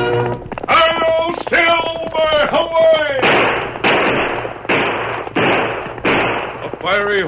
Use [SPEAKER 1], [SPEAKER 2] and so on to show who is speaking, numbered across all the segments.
[SPEAKER 1] Hello, Silver! Away! A fiery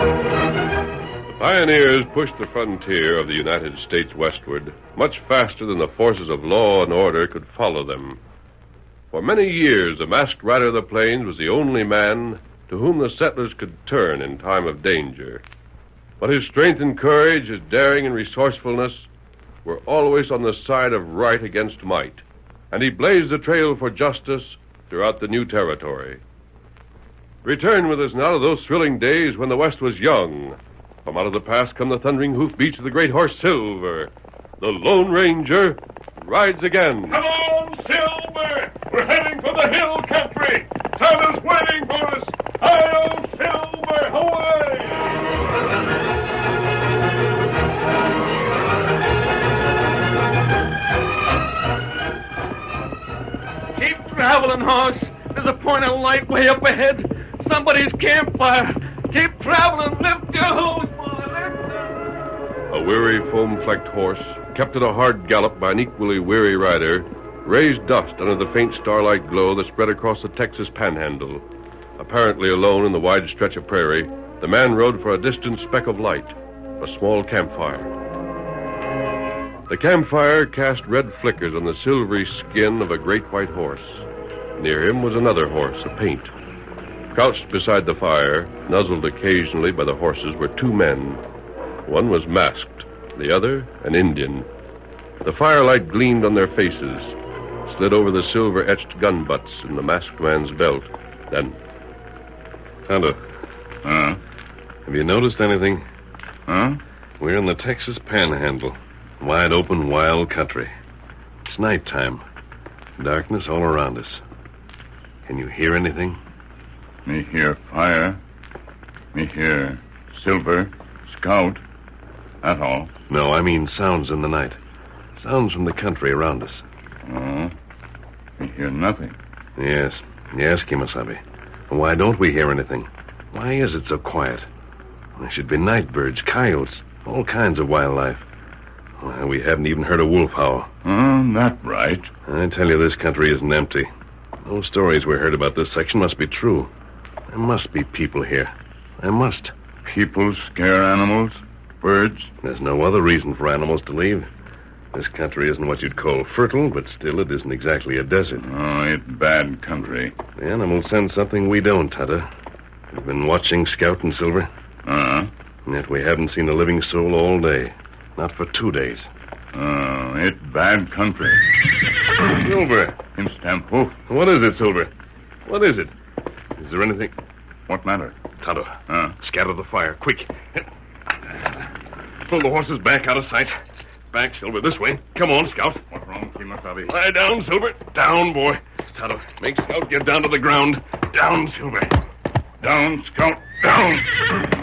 [SPEAKER 1] The pioneers pushed the frontier of the United States westward much faster than the forces of law and order could follow them. For many years, the masked rider of the plains was the only man to whom the settlers could turn in time of danger. But his strength and courage, his daring and resourcefulness were always on the side of right against might, and he blazed the trail for justice throughout the new territory. Return with us now to those thrilling days when the West was young. From out of the past come the thundering hoofbeats of the great horse Silver. The Lone Ranger rides again. Come on, Silver! We're heading for the hill country! Town is waiting for us! Hi-yo, Silver! Away!
[SPEAKER 2] Keep traveling, horse. There's a point of light way up ahead. Somebody's campfire. Keep traveling. Lift your hose, boy. Lift your...
[SPEAKER 1] A weary, foam flecked horse, kept at a hard gallop by an equally weary rider, raised dust under the faint starlight glow that spread across the Texas panhandle. Apparently alone in the wide stretch of prairie, the man rode for a distant speck of light, a small campfire. The campfire cast red flickers on the silvery skin of a great white horse. Near him was another horse, a paint. Crouched beside the fire, nuzzled occasionally by the horses, were two men. One was masked, the other an Indian. The firelight gleamed on their faces, slid over the silver etched gun butts in the masked man's belt. Then,
[SPEAKER 3] Tonto,
[SPEAKER 4] Huh?
[SPEAKER 3] have you noticed anything?
[SPEAKER 4] Huh?
[SPEAKER 3] We're in the Texas Panhandle, wide open, wild country. It's nighttime, darkness all around us. Can you hear anything?
[SPEAKER 4] Me hear fire. Me hear silver, scout. That all.
[SPEAKER 3] No, I mean sounds in the night, sounds from the country around us.
[SPEAKER 4] Huh? Uh-huh. Me hear nothing.
[SPEAKER 3] Yes, yes, Kimasabi. Why don't we hear anything? Why is it so quiet? There should be night birds, coyotes, all kinds of wildlife. Why, we haven't even heard a wolf howl.
[SPEAKER 4] Huh? That right.
[SPEAKER 3] I tell you, this country isn't empty. Those stories we heard about this section must be true. There must be people here. There must.
[SPEAKER 4] People scare animals, birds.
[SPEAKER 3] There's no other reason for animals to leave. This country isn't what you'd call fertile, but still it isn't exactly a desert.
[SPEAKER 4] Oh, it bad country.
[SPEAKER 3] The animals sense something we don't, Tata. You've been watching Scout and Silver?
[SPEAKER 4] Uh-huh.
[SPEAKER 1] And yet we haven't seen a living soul all day. Not for two days.
[SPEAKER 4] Oh, it bad country.
[SPEAKER 1] Silver!
[SPEAKER 4] In Stampo.
[SPEAKER 1] What is it, Silver? What is it? Is there anything.
[SPEAKER 4] What matter?
[SPEAKER 1] Tonto,
[SPEAKER 4] Huh?
[SPEAKER 1] scatter the fire, quick. Pull the horses back out of sight. Back, Silver, this way. Come on, Scout.
[SPEAKER 4] What wrong, Kimasabi?
[SPEAKER 1] Lie down, Silver. Down, boy. Tonto, make Scout get down to the ground. Down, Silver.
[SPEAKER 4] Down, scout, down.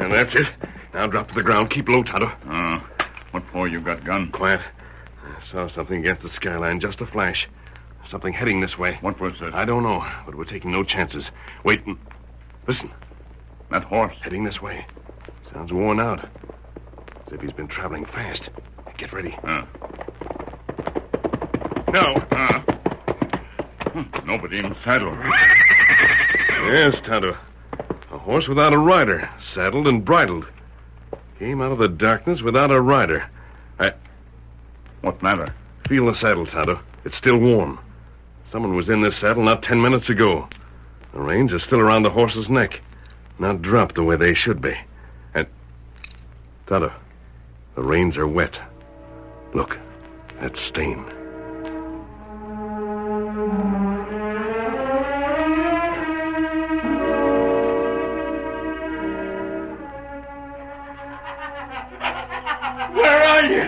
[SPEAKER 1] And that's it. Now drop to the ground. Keep low, Tonto.
[SPEAKER 4] Uh, what for you got gun?
[SPEAKER 1] Quiet. I saw something against the skyline, just a flash. Something heading this way.
[SPEAKER 4] What was it?
[SPEAKER 1] I don't know, but we're taking no chances. Wait. and- Listen,
[SPEAKER 4] That horse.
[SPEAKER 1] heading this way. Sounds worn out. As if he's been traveling fast. Get ready.
[SPEAKER 4] Huh.
[SPEAKER 1] No.
[SPEAKER 4] Uh, hmm, nobody in saddle.
[SPEAKER 1] Yes, Tonto. A horse without a rider, saddled and bridled. Came out of the darkness without a rider.
[SPEAKER 4] What matter?
[SPEAKER 1] Feel the saddle, Tonto. It's still warm. Someone was in this saddle not ten minutes ago. The reins are still around the horse's neck. Not dropped the way they should be. And. Tonto, the reins are wet. Look, that stain.
[SPEAKER 5] Where are you?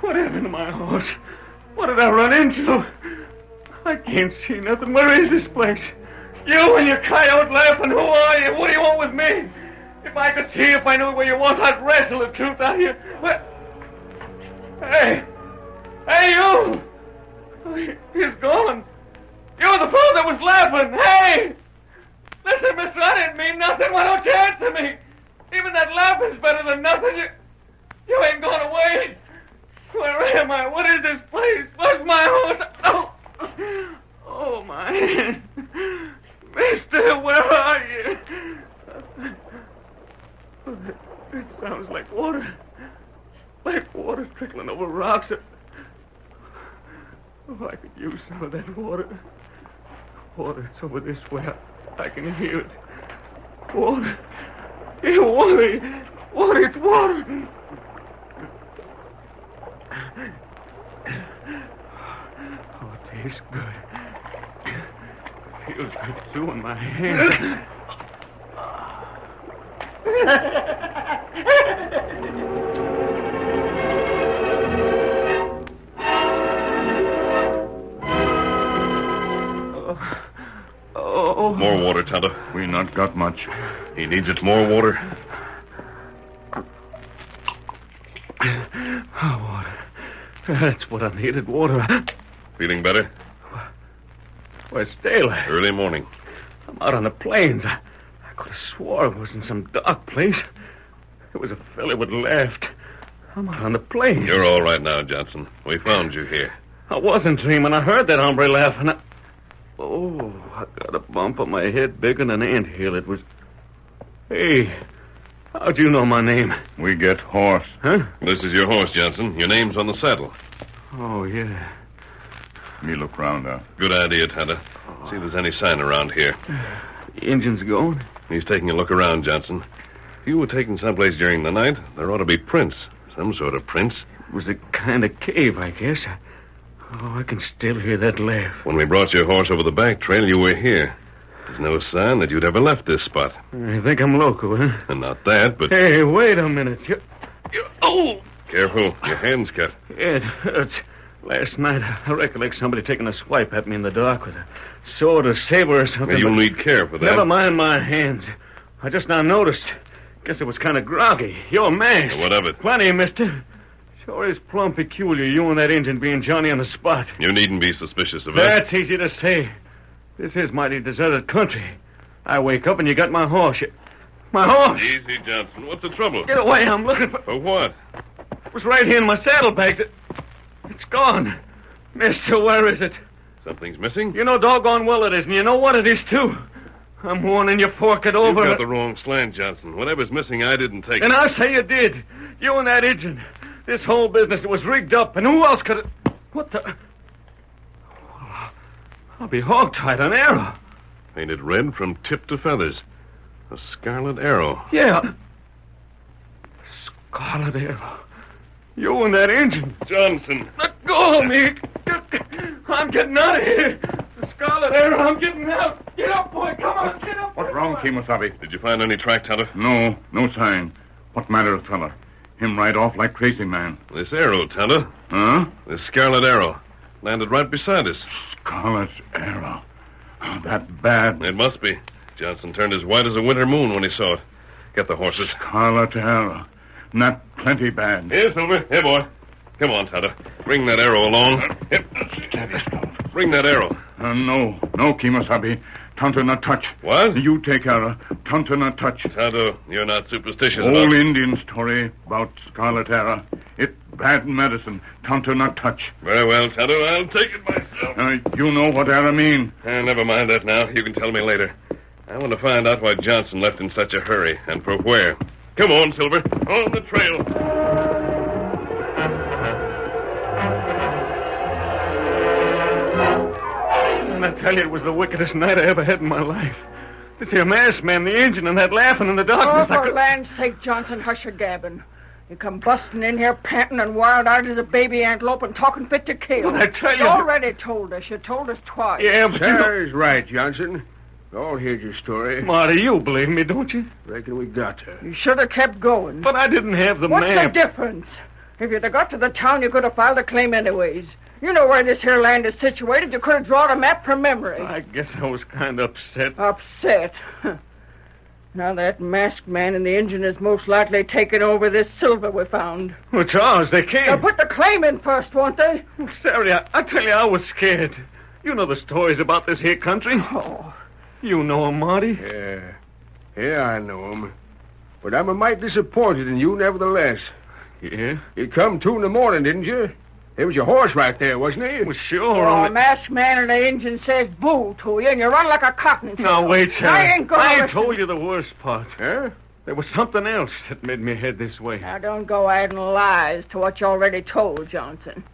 [SPEAKER 5] What happened to my horse? What did I run into? I can't see nothing. Where is this place? You and your coyote laughing. Who are you? What do you want with me? If I could see, if I knew where you was, I'd wrestle the truth out of you. Where... Hey! Hey, you! He- He's gone. You're the fool that was laughing. Hey! Listen, mister, I didn't mean nothing. Why don't you answer me? Even that laugh is better than nothing. You, you ain't going away. Where am I? What is this place? Where's my horse? Oh, oh my. Mister, where are you? It sounds like water. Like water trickling over rocks. Oh, I could use some of that water. Water, it's over this way. I, I can hear it. Water. It's water. Water, it's water. Oh, it tastes good. Feels good, too, in my hands. Oh.
[SPEAKER 1] More water, Tonto.
[SPEAKER 4] We not got much.
[SPEAKER 1] He needs it more water.
[SPEAKER 5] Oh, water. That's what I needed, water.
[SPEAKER 1] Feeling better?
[SPEAKER 5] Why, it's daylight.
[SPEAKER 1] Early morning.
[SPEAKER 5] I'm out on the plains. I, I could have swore it was in some dark place. It was a fella would laughed. I'm out on the plains.
[SPEAKER 1] You're all right now, Johnson. We found you here.
[SPEAKER 5] I wasn't dreaming. I heard that hombre laughing. I... Oh, I got a bump on my head bigger than an anthill. It was. Hey, how'd you know my name?
[SPEAKER 4] We get horse.
[SPEAKER 5] Huh?
[SPEAKER 1] This is your horse, Johnson. Your name's on the saddle.
[SPEAKER 5] Oh, yeah.
[SPEAKER 4] Me look round uh. out.
[SPEAKER 1] Good idea, Tonto. See if there's any sign around here.
[SPEAKER 5] The engine's going.
[SPEAKER 1] He's taking a look around, Johnson. If you were taken someplace during the night, there ought to be prints. Some sort of prints.
[SPEAKER 5] It was a kind of cave, I guess. I... Oh, I can still hear that laugh.
[SPEAKER 1] When we brought your horse over the back trail, you were here. There's no sign that you'd ever left this spot.
[SPEAKER 5] I think I'm loco, huh?
[SPEAKER 1] And not that, but
[SPEAKER 5] Hey, wait a minute. You, you, oh,
[SPEAKER 1] careful. Your hand's cut.
[SPEAKER 5] it hurts. Last night, I recollect somebody taking a swipe at me in the dark with a sword or saber or something.
[SPEAKER 1] You'll
[SPEAKER 5] but
[SPEAKER 1] need care for that.
[SPEAKER 5] Never mind my hands. I just now noticed. Guess it was kind of groggy. You're mashed.
[SPEAKER 1] What of it?
[SPEAKER 5] Plenty, mister. Sure is plumb peculiar, you and that engine being Johnny on the spot.
[SPEAKER 1] You needn't be suspicious of us.
[SPEAKER 5] That's easy to say. This is mighty deserted country. I wake up and you got my horse. You- My horse!
[SPEAKER 1] Easy, Johnson. What's the trouble?
[SPEAKER 5] Get away, I'm looking for...
[SPEAKER 1] For what?
[SPEAKER 5] It was right here in my saddlebags. It, it's gone. Mister, where is it?
[SPEAKER 1] Something's missing?
[SPEAKER 5] You know doggone well it is, and you know what it is, too. I'm warning you, fork it
[SPEAKER 1] You've
[SPEAKER 5] over.
[SPEAKER 1] got the wrong slant, Johnson. Whatever's missing, I didn't take
[SPEAKER 5] And
[SPEAKER 1] it.
[SPEAKER 5] I say you did. You and that engine. This whole business it was rigged up, and who else could it... What the... I'll be hogtied on arrow.
[SPEAKER 1] Painted red from tip to feathers. A scarlet arrow.
[SPEAKER 5] Yeah. Scarlet Arrow. You and that engine.
[SPEAKER 1] Johnson.
[SPEAKER 5] Let go of me. I'm getting out of here. The Scarlet Arrow, I'm getting out. Get up, boy. Come on, get up.
[SPEAKER 4] What wrong, Kemosabe?
[SPEAKER 1] Did you find any track, Tonto?
[SPEAKER 4] No, no sign. What matter of fella? Him ride off like crazy man.
[SPEAKER 1] This arrow, Tonto.
[SPEAKER 4] Huh?
[SPEAKER 1] This scarlet arrow. Landed right beside us.
[SPEAKER 4] Scarlet arrow. Oh, that bad.
[SPEAKER 1] It must be. Johnson turned as white as a winter moon when he saw it. Get the horses.
[SPEAKER 4] Scarlet arrow. Not plenty bad.
[SPEAKER 1] Here, Silver. Here, boy. Come on, Tonto. Bring that arrow along. Yep. Bring that arrow.
[SPEAKER 4] Uh, no, no, Kemosabe. Tonto not touch.
[SPEAKER 1] What?
[SPEAKER 4] You take arrow. Tonto not touch.
[SPEAKER 1] Tonto, you're not superstitious
[SPEAKER 4] Old
[SPEAKER 1] about
[SPEAKER 4] Indian story about scarlet arrow. It bad medicine. Tonto not touch.
[SPEAKER 1] Very well, Tonto. I'll take it myself.
[SPEAKER 4] Uh, you know what arrow mean.
[SPEAKER 1] Eh, never mind that now. You can tell me later. I want to find out why Johnson left in such a hurry and for where. Come on, Silver. On the trail.
[SPEAKER 5] And I tell you, it was the wickedest night I ever had in my life. This here masked man, the engine, and that laughing in the
[SPEAKER 6] Oh,
[SPEAKER 5] darkness. I
[SPEAKER 6] for
[SPEAKER 5] could-
[SPEAKER 6] land's sake, Johnson, hush your gabbing. You come busting in here panting and wild-eyed as a baby antelope and talking fit to kill.
[SPEAKER 5] Well, I tell you-
[SPEAKER 6] already told us. You told us twice.
[SPEAKER 5] Yeah, but you know-
[SPEAKER 7] Sarah's right, Johnson. We all heard your story.
[SPEAKER 5] Marty, you believe me, don't you?
[SPEAKER 7] Reckon we got her.
[SPEAKER 6] You should have kept going.
[SPEAKER 5] But I didn't have the
[SPEAKER 6] What's
[SPEAKER 5] map.
[SPEAKER 6] the difference? If you'd have got to the town, you could have filed a claim anyways. You know where this here land is situated. You could have drawn a map from memory.
[SPEAKER 5] I guess I was kind of upset.
[SPEAKER 6] Upset. now that masked man and the engine is most likely taking over this silver we found.
[SPEAKER 5] Well, Charles, they came.
[SPEAKER 6] They'll put the claim in first, won't they?
[SPEAKER 5] Oh, Sari, I, I tell you, I was scared. You know the stories about this here country.
[SPEAKER 6] Oh,
[SPEAKER 5] You know 'em, Marty.
[SPEAKER 7] Yeah. Yeah, I know him. But I'm a mite disappointed in you, nevertheless.
[SPEAKER 5] Yeah?
[SPEAKER 7] You come two in the morning, didn't you? There was your horse right there, wasn't
[SPEAKER 5] Well,
[SPEAKER 7] he?
[SPEAKER 5] sure.
[SPEAKER 6] oh, a
[SPEAKER 5] only-
[SPEAKER 6] masked man and the engine says boo to you, and you run like a cotton.
[SPEAKER 5] Now, wait, Sari.
[SPEAKER 6] I ain't gonna listen.
[SPEAKER 5] told you the worst part.
[SPEAKER 7] Huh?
[SPEAKER 5] There was something else that made me head this way.
[SPEAKER 6] Now, don't go adding lies to what you already told, Johnson.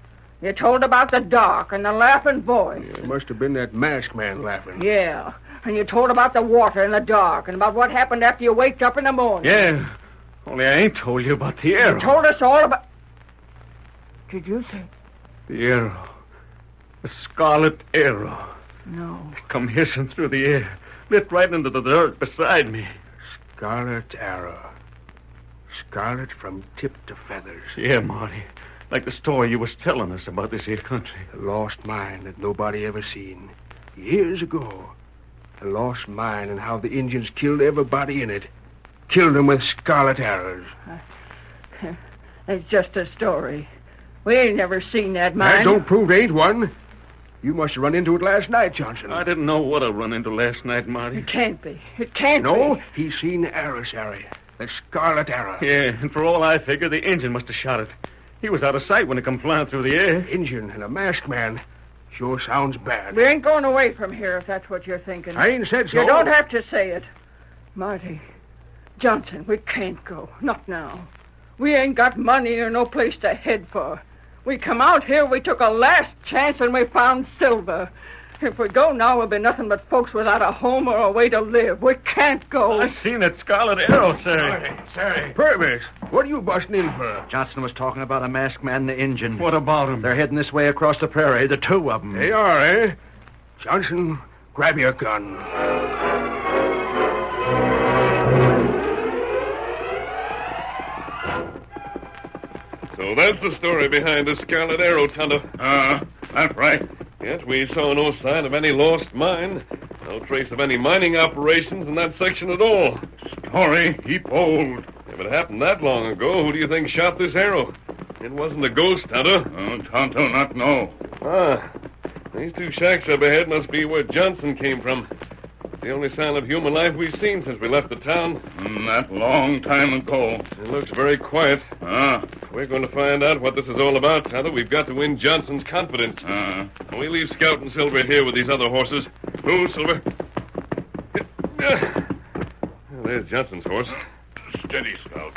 [SPEAKER 6] You told about the dark and the laughing voice.
[SPEAKER 7] It must have been that masked man laughing.
[SPEAKER 6] Yeah. And you told about the water in the dark and about what happened after you waked up in the morning.
[SPEAKER 5] Yeah. Only I ain't told you about the arrow.
[SPEAKER 6] You told us all about. Did you say?
[SPEAKER 5] The arrow. The scarlet arrow.
[SPEAKER 6] No.
[SPEAKER 5] Come hissing through the air. Lit right into the dirt beside me.
[SPEAKER 7] Scarlet arrow. Scarlet from tip to feathers.
[SPEAKER 5] Yeah, Marty. Like the story you was telling us about this here country.
[SPEAKER 7] A lost mine that nobody ever seen. Years ago. A lost mine and how the Indians killed everybody in it. Killed them with scarlet arrows.
[SPEAKER 6] It's just a story. We ain't never seen that
[SPEAKER 7] That
[SPEAKER 6] mine.
[SPEAKER 7] don't prove there ain't one. You must have run into it last night, Johnson.
[SPEAKER 5] I didn't know what I run into last night, Marty.
[SPEAKER 6] It can't be. It can't
[SPEAKER 7] No,
[SPEAKER 6] be.
[SPEAKER 7] he seen the arrow, Harry. The scarlet arrow.
[SPEAKER 5] Yeah, and for all I figure, the engine must have shot it. He was out of sight when it come flying through the air.
[SPEAKER 7] Injun and a masked man. Sure sounds bad.
[SPEAKER 6] We ain't going away from here if that's what you're thinking.
[SPEAKER 7] I ain't said so.
[SPEAKER 6] You don't have to say it. Marty, Johnson, we can't go. Not now. We ain't got money or no place to head for. We come out here, we took a last chance, and we found silver. If we go now, we'll be nothing but folks without a home or a way to live. We can't go.
[SPEAKER 5] I seen that scarlet arrow, sir.
[SPEAKER 7] Harry. Purvis, what are you busting in for?
[SPEAKER 8] Johnson was talking about a masked man and the engine.
[SPEAKER 5] What about him?
[SPEAKER 8] They're heading this way across the prairie, the two of them.
[SPEAKER 7] They are, eh? Johnson, grab your gun.
[SPEAKER 1] So that's the story behind the Scarlet Arrow, Tonto.
[SPEAKER 4] Uh, that's right.
[SPEAKER 1] Yet we saw no sign of any lost mine, no trace of any mining operations in that section at all.
[SPEAKER 4] Story heap old.
[SPEAKER 1] If it happened that long ago, who do you think shot this arrow? It wasn't a ghost hunter.
[SPEAKER 4] Oh, Tonto not know.
[SPEAKER 1] Ah, these two shacks up ahead must be where Johnson came from. It's the only sign of human life we've seen since we left the town.
[SPEAKER 4] Mm, that long time ago.
[SPEAKER 1] It looks very quiet.
[SPEAKER 4] Ah,
[SPEAKER 1] We're going to find out what this is all about, Tonto. We've got to win Johnson's confidence.
[SPEAKER 4] ah.
[SPEAKER 1] We leave Scout and Silver here with these other horses. Who, Silver? Well, there's Johnson's horse.
[SPEAKER 4] Steady, Scout.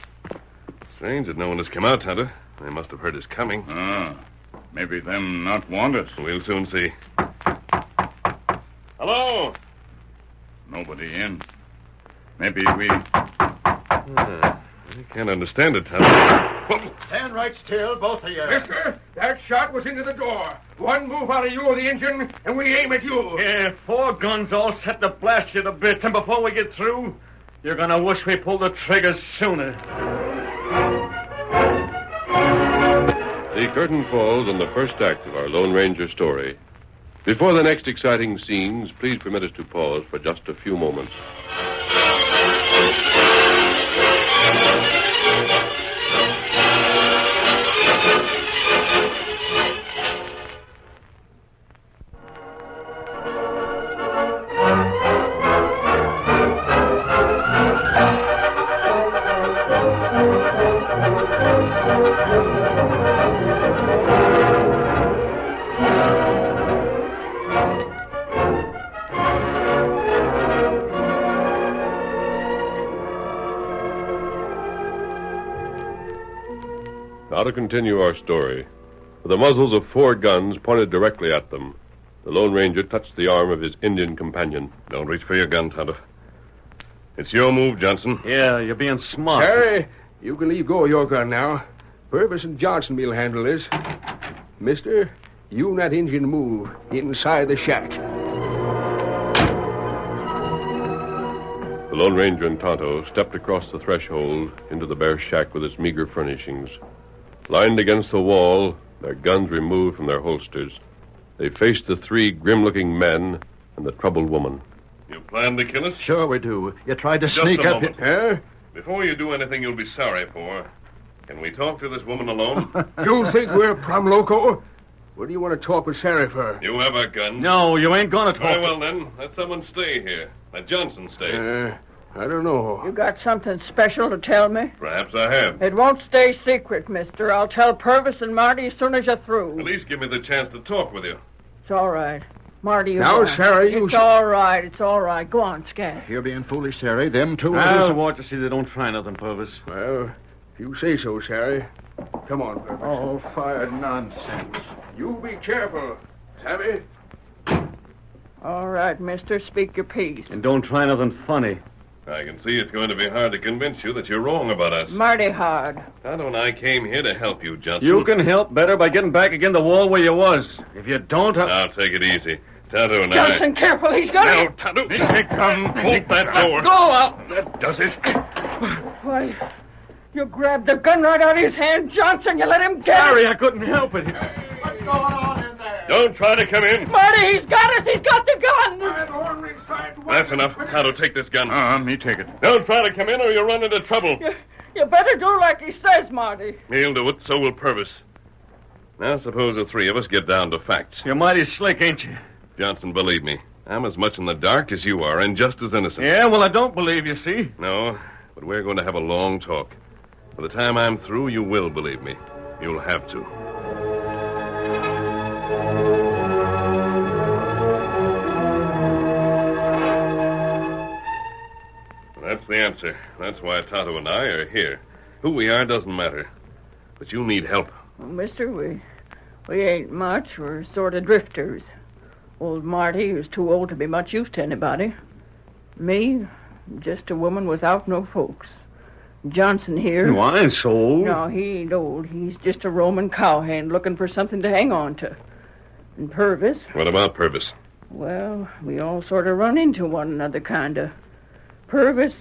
[SPEAKER 1] Strange that no one has come out, Tonto. They must have heard us coming.
[SPEAKER 4] Ah, maybe them not want us.
[SPEAKER 1] We'll soon see. Hello!
[SPEAKER 4] Nobody in. Maybe we.
[SPEAKER 1] I can't understand it, Tom.
[SPEAKER 5] Stand right still, both of you.
[SPEAKER 7] Mister, that shot was into the door. One move out of you or the engine, and we aim at you.
[SPEAKER 5] Yeah, four guns all set to blast you to bits, and before we get through, you're gonna wish we pulled the trigger sooner.
[SPEAKER 9] The curtain falls on the first act of our Lone Ranger story. Before the next exciting scenes, please permit us to pause for just a few moments. Now to continue our story. With the muzzles of four guns pointed directly at them, the Lone Ranger touched the arm of his Indian companion.
[SPEAKER 1] Don't reach for your gun, Tonto. It's your move, Johnson.
[SPEAKER 5] Yeah, you're being smart.
[SPEAKER 7] Harry, you can leave go of your gun now. Purvis and Johnson will handle this. Mister, you and that engine move inside the shack.
[SPEAKER 9] The Lone Ranger and Tonto stepped across the threshold into the bare shack with its meager furnishings. Lined against the wall, their guns removed from their holsters, they faced the three grim looking men and the troubled woman.
[SPEAKER 1] You plan to kill us?
[SPEAKER 5] Sure we do. You tried to
[SPEAKER 1] Just
[SPEAKER 5] sneak
[SPEAKER 1] a
[SPEAKER 5] up.
[SPEAKER 1] moment.
[SPEAKER 7] Huh?
[SPEAKER 1] Before you do anything you'll be sorry for, can we talk to this woman alone?
[SPEAKER 7] You think we're plum loco? What do you want to talk with Sarah for?
[SPEAKER 1] you have a gun.
[SPEAKER 5] No, you ain't gonna talk.
[SPEAKER 1] Very well, then. Let someone stay here. Let Johnson stay.
[SPEAKER 7] Uh, I don't know.
[SPEAKER 6] You got something special to tell me?
[SPEAKER 1] Perhaps I have.
[SPEAKER 6] It won't stay secret, mister. I'll tell Purvis and Marty as soon as you're
[SPEAKER 1] At
[SPEAKER 6] through.
[SPEAKER 1] least give me the chance to talk with you.
[SPEAKER 6] It's all right. Marty, you
[SPEAKER 7] Now,
[SPEAKER 6] won.
[SPEAKER 7] Sarah, you
[SPEAKER 6] It's
[SPEAKER 7] should-
[SPEAKER 6] all right. It's all right. Go on, Scat.
[SPEAKER 5] You're being foolish, Harry. Them two.
[SPEAKER 7] I'll
[SPEAKER 5] I'll watch to see they don't try nothing, Purvis.
[SPEAKER 7] Well, if you say so, Sarah. Come on, Purvis.
[SPEAKER 5] Oh, fire nonsense.
[SPEAKER 7] You be careful, Savvy.
[SPEAKER 6] All right, mister. Speak your piece.
[SPEAKER 5] And don't try nothing funny.
[SPEAKER 1] I can see it's going to be hard to convince you that you're wrong about us.
[SPEAKER 6] Marty hard.
[SPEAKER 1] Tonto and I came here to help you, Johnson.
[SPEAKER 5] You can help better by getting back again the wall where you was. If you don't, I...
[SPEAKER 1] Now take it easy. Tonto and I.
[SPEAKER 6] Johnson, careful. He's got
[SPEAKER 1] Now,
[SPEAKER 6] it.
[SPEAKER 1] Tonto. come. Hold that door.
[SPEAKER 6] Go out.
[SPEAKER 1] That does it.
[SPEAKER 6] Why, you grabbed the gun right out of his hand, Johnson. You let him get it.
[SPEAKER 5] I couldn't help it.
[SPEAKER 1] Don't try to come in.
[SPEAKER 6] Marty, he's got us. He's got the gun.
[SPEAKER 1] That's enough. Tonto, take this gun.
[SPEAKER 4] Uh, me take it.
[SPEAKER 1] Don't try to come in or you'll run into trouble.
[SPEAKER 6] You better do like he says, Marty.
[SPEAKER 1] He'll do it. So will Purvis. Now, suppose the three of us get down to facts.
[SPEAKER 5] You're mighty slick, ain't you?
[SPEAKER 1] Johnson, believe me, I'm as much in the dark as you are and just as innocent.
[SPEAKER 5] Yeah, well, I don't believe you, see?
[SPEAKER 1] No, but we're going to have a long talk. By the time I'm through, you will believe me. You'll have to. That's the answer. That's why Tonto and I are here. Who we are doesn't matter. But you need help.
[SPEAKER 6] Well, mister, we we ain't much. We're sort of drifters. Old Marty is too old to be much use to anybody. Me, just a woman without no folks. Johnson here.
[SPEAKER 5] I ain't so old.
[SPEAKER 6] No, he ain't old. He's just a Roman cowhand looking for something to hang on to. And Purvis,
[SPEAKER 1] What about Purvis?
[SPEAKER 6] well, we all sort of run into one another, kinda. Purvis,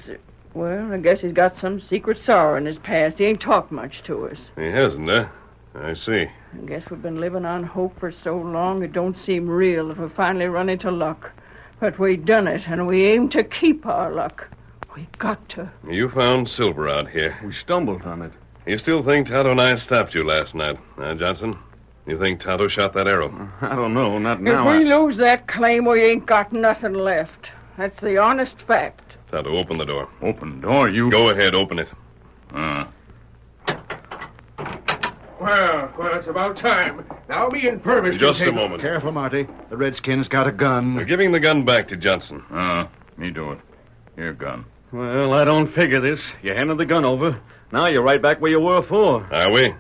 [SPEAKER 6] well, I guess he's got some secret sorrow in his past. He ain't talked much to us.
[SPEAKER 1] He hasn't, huh? I see.
[SPEAKER 6] I guess we've been living on hope for so long it don't seem real if we finally run into luck. But we done it, and we aim to keep our luck. We got to.
[SPEAKER 1] You found silver out here.
[SPEAKER 5] We stumbled on it.
[SPEAKER 1] You still think Tonto and I stopped you last night, huh, Johnson? You think Tonto shot that arrow?
[SPEAKER 5] I don't know, not
[SPEAKER 6] if we lose that claim, we ain't got nothing left. That's the honest fact.
[SPEAKER 1] Tonto, open the door.
[SPEAKER 4] Open door, you.
[SPEAKER 1] Go ahead, open it.
[SPEAKER 4] Uh,
[SPEAKER 7] Well, well, it's about time. Now me and Purvis. can
[SPEAKER 1] Just a
[SPEAKER 7] take-
[SPEAKER 1] moment.
[SPEAKER 5] Careful, Marty. The Redskins got a
[SPEAKER 1] We're
[SPEAKER 5] gun.
[SPEAKER 1] giving the gun back to Johnson.
[SPEAKER 4] uh, me do it. Here, gun.
[SPEAKER 5] Well, I don't figure this. You handed the gun over. Now you're right back where you were before.
[SPEAKER 1] Are we?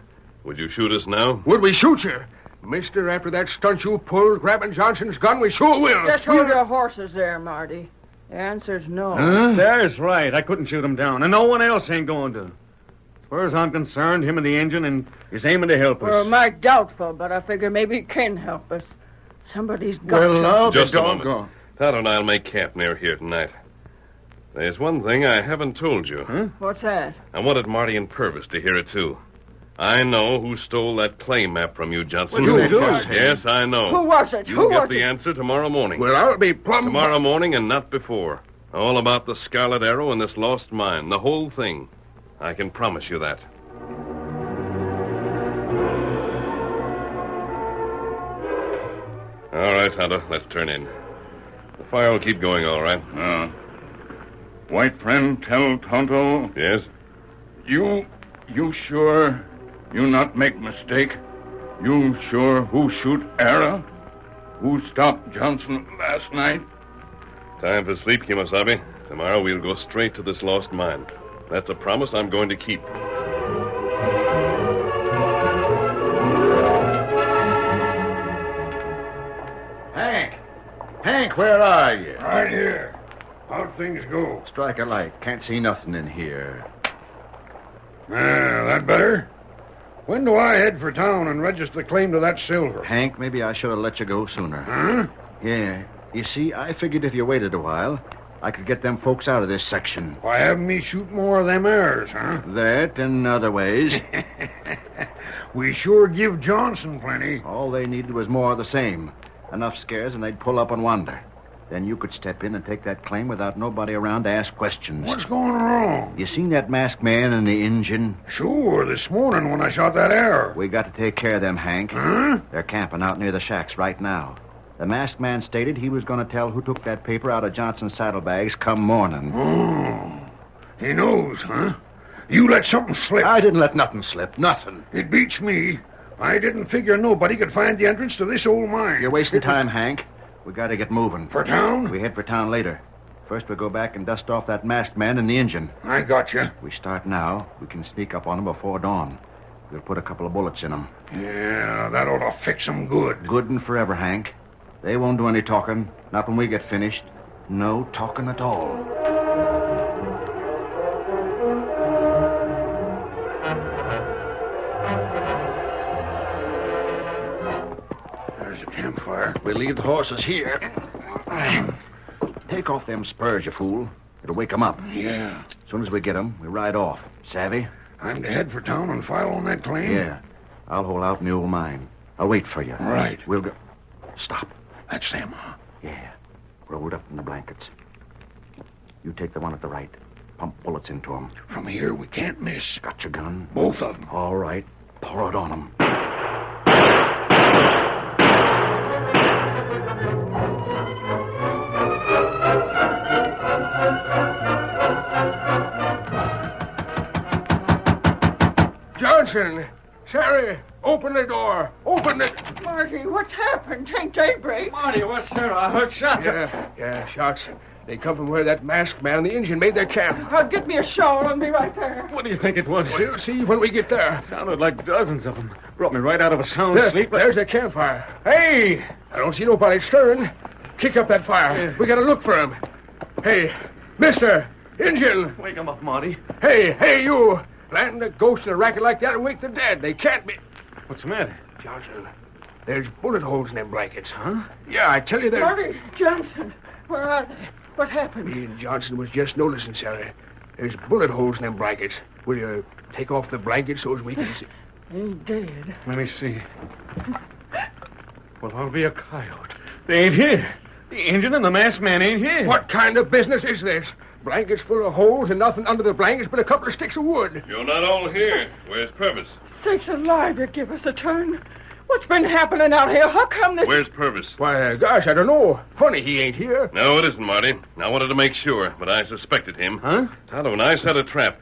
[SPEAKER 1] Would you shoot us now?
[SPEAKER 7] Would we shoot you? Mister, after that stunt you pulled, grabbing Johnson's gun, we sure will.
[SPEAKER 6] Just hold your horses there, Marty. The answer's no.
[SPEAKER 10] There's right. I couldn't shoot him down, and no one else ain't going to. As far as I'm concerned, him and the engine, and he's aiming to help us.
[SPEAKER 6] Well, might doubtful, but I figure maybe he can help us. Somebody's got to.
[SPEAKER 5] uh,
[SPEAKER 11] Just a
[SPEAKER 4] dog
[SPEAKER 11] moment.
[SPEAKER 4] go.
[SPEAKER 1] Todd and I'll make camp near here tonight. There's one thing I haven't told you.
[SPEAKER 6] What's that?
[SPEAKER 1] I wanted Marty and Purvis to hear it, too. I know who stole that clay map from you, Johnson.
[SPEAKER 4] What do you mean, Johnson?
[SPEAKER 1] Yes, I
[SPEAKER 6] Who
[SPEAKER 1] know.
[SPEAKER 6] was it? Who
[SPEAKER 1] You'll
[SPEAKER 6] was
[SPEAKER 1] Oh, get the
[SPEAKER 6] it?
[SPEAKER 1] answer tomorrow morning.
[SPEAKER 4] Well, I'll be plumb.
[SPEAKER 1] Tomorrow morning and not before. All about the Scarlet Arrow and this lost mine. The whole thing. I can promise you that. All right, Tonto. Let's turn in. The fire will keep going, all right.
[SPEAKER 4] Uh, white friend, tell Tonto,
[SPEAKER 1] Yes?
[SPEAKER 4] you, you sure you not make mistake? You sure who shoot Arrow? Who stopped Johnson last night?
[SPEAKER 1] Time for sleep, Kimasabi. Tomorrow we'll go straight to this lost mine. That's a promise I'm going to keep.
[SPEAKER 5] Hank! Hank, where are you?
[SPEAKER 4] Right here. How'd things go?
[SPEAKER 5] Strike a light. Can't see nothing in here.
[SPEAKER 4] Yeah, that better? When do I head for town and register claim to that silver?
[SPEAKER 5] Hank, maybe I should have let you go sooner.
[SPEAKER 4] Huh?
[SPEAKER 5] Yeah. You see, I figured if you waited a while, I could get them folks out of this section.
[SPEAKER 4] Why haven't me shoot more of them arrows, huh?
[SPEAKER 5] That and other ways.
[SPEAKER 4] We sure give Johnson plenty.
[SPEAKER 5] All they needed was more of the same. Enough scares, and they'd pull up and wander. Then you could step in and take that claim without nobody around to ask questions.
[SPEAKER 4] What's going wrong?
[SPEAKER 5] You seen that masked man and the engine?
[SPEAKER 4] Sure, this morning when I shot that arrow.
[SPEAKER 5] We got to take care of them, Hank.
[SPEAKER 4] Huh?
[SPEAKER 5] They're camping out near the shacks right now. The masked man stated he was going to tell who took that paper out of Johnson's saddlebags come morning.
[SPEAKER 4] Oh, he knows, huh? You let something slip.
[SPEAKER 5] I didn't let nothing slip. Nothing.
[SPEAKER 4] It beats me. I didn't figure nobody could find the entrance to this old mine.
[SPEAKER 5] You're wasting time, Hank. We got to get moving.
[SPEAKER 4] For town?
[SPEAKER 5] We head for town later. First, we go back and dust off that masked man and the engine.
[SPEAKER 4] I got you.
[SPEAKER 5] We start now. We can sneak up on them before dawn. We'll put a couple of bullets in them.
[SPEAKER 4] Yeah, that ought to fix 'em good.
[SPEAKER 5] Good and forever, Hank. They won't do any talking. Not when we get finished. No talking at all.
[SPEAKER 4] There's a campfire.
[SPEAKER 5] We leave the horses here. Take off them spurs, you fool. It'll wake 'em up.
[SPEAKER 4] Yeah.
[SPEAKER 5] soon as we get 'em, we ride off. Savvy?
[SPEAKER 4] I'm to head for town and file on that claim?
[SPEAKER 5] Yeah. I'll hole out in the old mine. I'll wait for you.
[SPEAKER 4] Right.
[SPEAKER 5] We'll go. Stop.
[SPEAKER 4] That's them, huh?
[SPEAKER 5] Yeah. Rolled up in the blankets. You take the one at the right. Pump bullets into 'em.
[SPEAKER 4] From here, we can't miss.
[SPEAKER 5] Got your gun?
[SPEAKER 4] Both of 'em.
[SPEAKER 5] All right. Pour it on 'em.
[SPEAKER 7] Johnson! Sherry! Open the door! Open it!
[SPEAKER 6] Marty, what's happened? Ain't daybreak.
[SPEAKER 10] Marty, what's there? I heard shots.
[SPEAKER 7] Yeah, yeah, shots. They come from where that masked man and the engine made their camp.
[SPEAKER 6] I'll get me a shawl and be right there.
[SPEAKER 10] What do you think it was?
[SPEAKER 7] We'll see when we get there.
[SPEAKER 10] Sounded like dozens of them. Brought me right out of a sound
[SPEAKER 7] There-
[SPEAKER 10] sleep.
[SPEAKER 7] There's a campfire. Hey! I don't see nobody stirring. Kick up that fire. We gotta look for him. Hey, mister! Injun!
[SPEAKER 10] Wake him up, Marty.
[SPEAKER 7] Hey, hey, you! Planting a ghost in a racket like that and wake the dead. They can't be.
[SPEAKER 10] What's the matter?
[SPEAKER 7] Johnson, there's bullet holes in them blankets, huh? Yeah, I tell you, they're.
[SPEAKER 6] Marty, Johnson, where are they? What happened?
[SPEAKER 7] Me and Johnson was just noticing, Sarah. There's bullet holes in them blankets. Will you take off the blankets so as we can see?
[SPEAKER 6] Ain't dead.
[SPEAKER 10] Let me see. Well, I'll be a coyote. They ain't here. The engine and the masked man ain't here.
[SPEAKER 7] What kind of business is this? Blankets full of holes and nothing under the blankets but a couple of sticks of wood.
[SPEAKER 1] You're not all here. Where's Purvis?
[SPEAKER 6] Sakes alive, you give us a turn. What's been happening out here? How come this...
[SPEAKER 1] Where's Purvis?
[SPEAKER 7] Why, gosh, I don't know. Funny he ain't here.
[SPEAKER 1] No, it isn't, Marty. I wanted to make sure, but I suspected him.
[SPEAKER 10] Huh?
[SPEAKER 1] Tonto and I set a trap.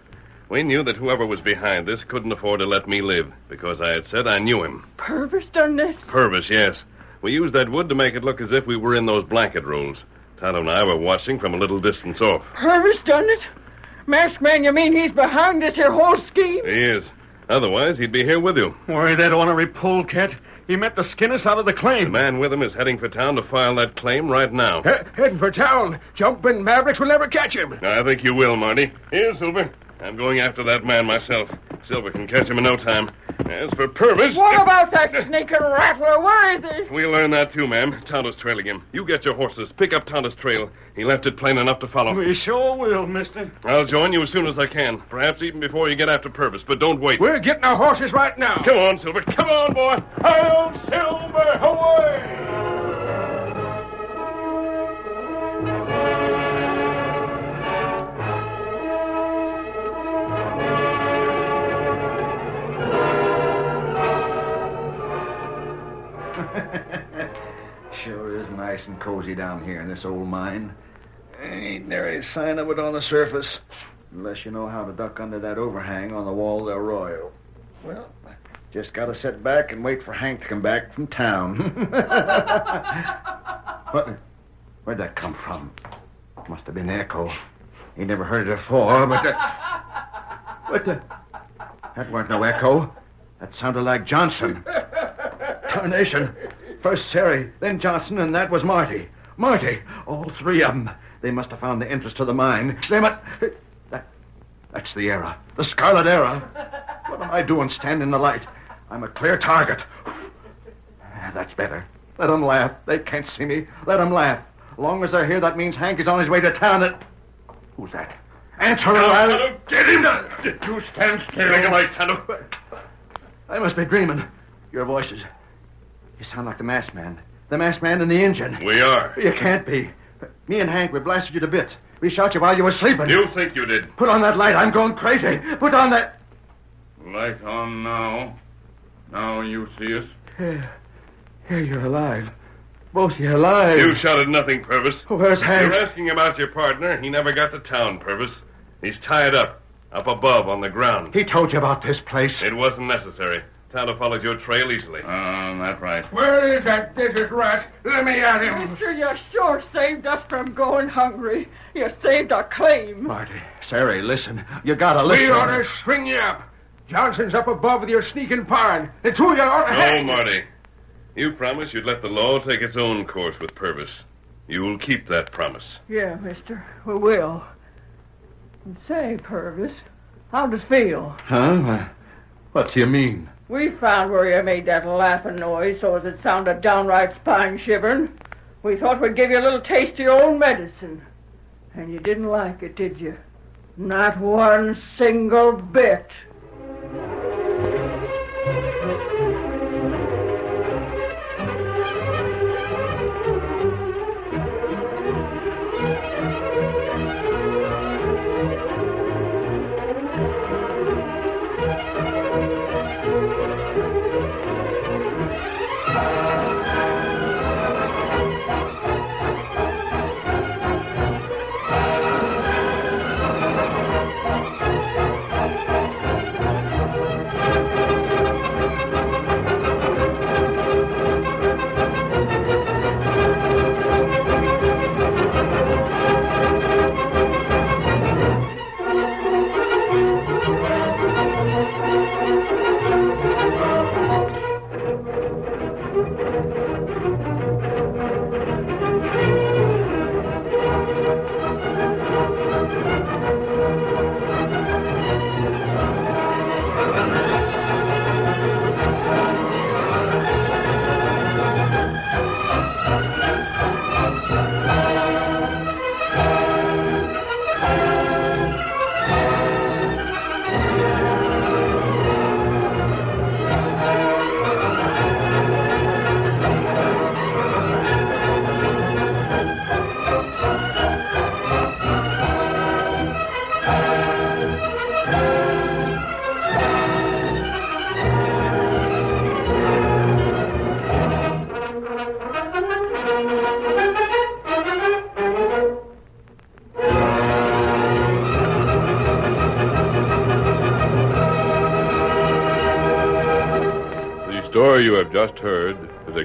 [SPEAKER 1] We knew that whoever was behind this couldn't afford to let me live because I had said I knew him.
[SPEAKER 6] Purvis done this?
[SPEAKER 1] Purvis, yes. We used that wood to make it look as if we were in those blanket rolls. Tonto and I were watching from a little distance off.
[SPEAKER 6] Purvis done it? Masked man, you mean he's behind this here whole scheme?
[SPEAKER 1] He is. Otherwise, he'd be here with you.
[SPEAKER 10] Worried that ornery polecat?
[SPEAKER 12] He meant to skin us out of the
[SPEAKER 1] The
[SPEAKER 12] claim.
[SPEAKER 1] man with him is heading for town to file that claim right now.
[SPEAKER 13] He- heading for town. Jumping Mavericks will never catch him.
[SPEAKER 1] I think you will, Marty. Here, Silver. I'm going after that man myself. Silver can catch him in no time. As for Purvis.
[SPEAKER 6] What about that sneaking rattler? Where is he?
[SPEAKER 1] We'll learn that too, ma'am. Tonto's trailing him. You get your horses. Pick up Tonto's trail. He left it plain enough to follow.
[SPEAKER 12] We sure will, mister.
[SPEAKER 1] I'll join you as soon as I can. Perhaps even before you get after Purvis, but don't wait.
[SPEAKER 13] We're getting our horses right now.
[SPEAKER 1] Come on, Silver. Come on, boy. Hail, Silver. Away.
[SPEAKER 5] Sure is nice and cozy down here in this old mine. Ain't nary sign of it on the surface. Unless you know how to duck under that overhang on the wall of the Arroyo. Well, just gotta sit back and wait for Hank to come back from town. what, where'd that come from? Must have been Echo. He never heard it before, but. uh, that but the, that weren't no echo. That sounded like Johnson. Tarnation. First Sherry, then Johnson, and that was Marty. Marty. All three of them. They must have found the entrance to the mine. They must. That, that's the era. The Scarlet Era. What am I doing standing in the light? I'm a clear target. Ah, That's better. Let 'em laugh. They can't see me. Let 'em laugh. Long as they're here, that means Hank is on his way to town. And... Who's that? Answer him, Riley.
[SPEAKER 1] Get him.
[SPEAKER 13] You stand still.
[SPEAKER 1] Make him right, Tonto.
[SPEAKER 5] I must be dreaming. Your voices. You sound like the masked man. The masked man and the engine.
[SPEAKER 1] We are.
[SPEAKER 5] You can't be. Me and Hank, we blasted you to bits. We shot you while you were sleeping.
[SPEAKER 1] You think you did.
[SPEAKER 5] Put on that light. I'm going crazy. Put on that.
[SPEAKER 4] Light on now. Now you see us.
[SPEAKER 5] Here, you're alive. Both of you alive.
[SPEAKER 1] You shouted nothing, Purvis.
[SPEAKER 5] Oh, Where's Hank?
[SPEAKER 1] You're asking about your partner. He never got to town, Purvis. He's tied up, up above on the ground.
[SPEAKER 5] He told you about this place.
[SPEAKER 1] It wasn't necessary. Tonto followed your trail easily.
[SPEAKER 4] Ah, that's right.
[SPEAKER 13] Where is that desert rat? Let me at him.
[SPEAKER 6] Mister, you sure saved us from going hungry. You saved our claim.
[SPEAKER 5] Marty, Sari, listen. You gotta listen.
[SPEAKER 13] We ought to string you up. Johnson's up above with your sneaking pard. The two of you ought to
[SPEAKER 1] No,
[SPEAKER 13] hang.
[SPEAKER 1] Marty. You promised you'd let the law take its own course with Purvis. You'll keep that promise.
[SPEAKER 6] Yeah, mister, we will. And say, Purvis, how does it feel?
[SPEAKER 5] Huh? Wha- What do you mean?
[SPEAKER 6] We found where you made that laughing noise so as it sounded downright spine shivering. We thought we'd give you a little taste of your own medicine. And you didn't like it, did you? Not one single bit.
[SPEAKER 14] The story you have just heard is a